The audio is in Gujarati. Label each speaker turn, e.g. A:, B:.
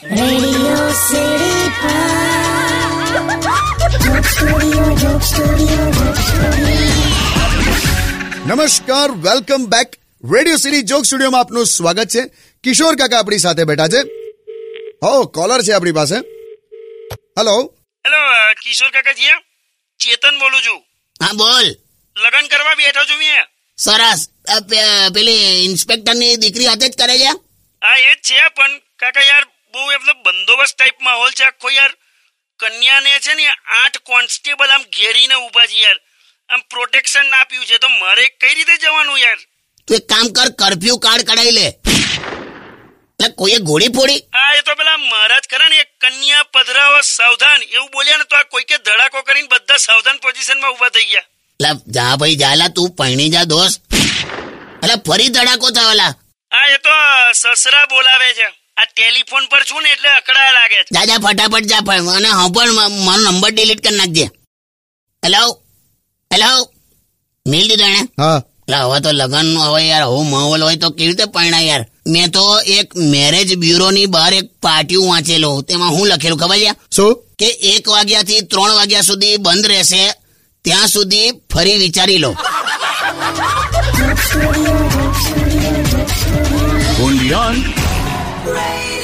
A: Radio City Pod. Joke Studio, Joke Studio, Joke Studio.
B: નમસ્કાર welcome back radio city joke સ્ટુડિયોમાં આપનું સ્વાગત છે કિશોર કાકા આપણી સાથે બેઠા છે હો કોલર છે આપણી પાસે હેલો
C: હેલો અ, કિશોર કાકાજીયા ચેતન બોલું છું
D: હા બોલ
C: લગ્ન કરવા બેઠો છું મેં
D: સરસ અ, પે- પેલી ઇન્સ્પેક્ટરની દીકરી હાથે જ કરે છે
C: આ એ જ છે પણ કાકા યાર બહુ એટલે બંદોબસ્ત ટાઈપ માહોલ છે આખો યાર કન્યાને છે ને આઠ કોન્સ્ટેબલ આમ ઘેરીને ઊભા છે યાર આમ પ્રોટેક્શન આપ્યું છે તો મારે કઈ રીતે જવાનું યાર
D: તું એક કામ કર કર્ફ્યુ કાર્ડ કઢાઈ લે એટલે કોઈએ ગોળી ફોડી
C: આ એ તો પેલા મહારાજ ખરા ને એ કન્યા પધરાઓ સાવધાન એવું બોલ્યા ને તો આ કોઈકે ધડાકો કરીને બધા સાવધાન પોઝિશનમાં ઊભા થઈ ગયા
D: એટલે જા ભાઈ જાલા તું પરણી જા દોસ્ત એટલે ફરી ધડાકો થયોલા
C: આ એ તો અ, સસરા બોલાવે છે આ ટેલિફોન પર છું ને એટલે અકળા લાગે છે
D: જા જા ફટાફટ જા પણ અને હું પણ મ- મારો નંબર ડિલીટ કરી નાખજે હેલો હેલો નીલ દીદાણે
B: હા
D: એટલે હવે તો લગ્ન હવે યાર આવો માહોલ હોય તો કેવી રીતે પરણાય યાર મેં તો એક મેરેજ બ્યુરોની બહાર એક પાટિયું વાંચેલું તેમાં હું લખેલું ખબર છે
B: શું
D: કે એક વાગ્યાથી ત્રણ વાગ્યા સુધી બંધ રહેશે ત્યાં સુધી ફરી વિચારી લો
A: Radio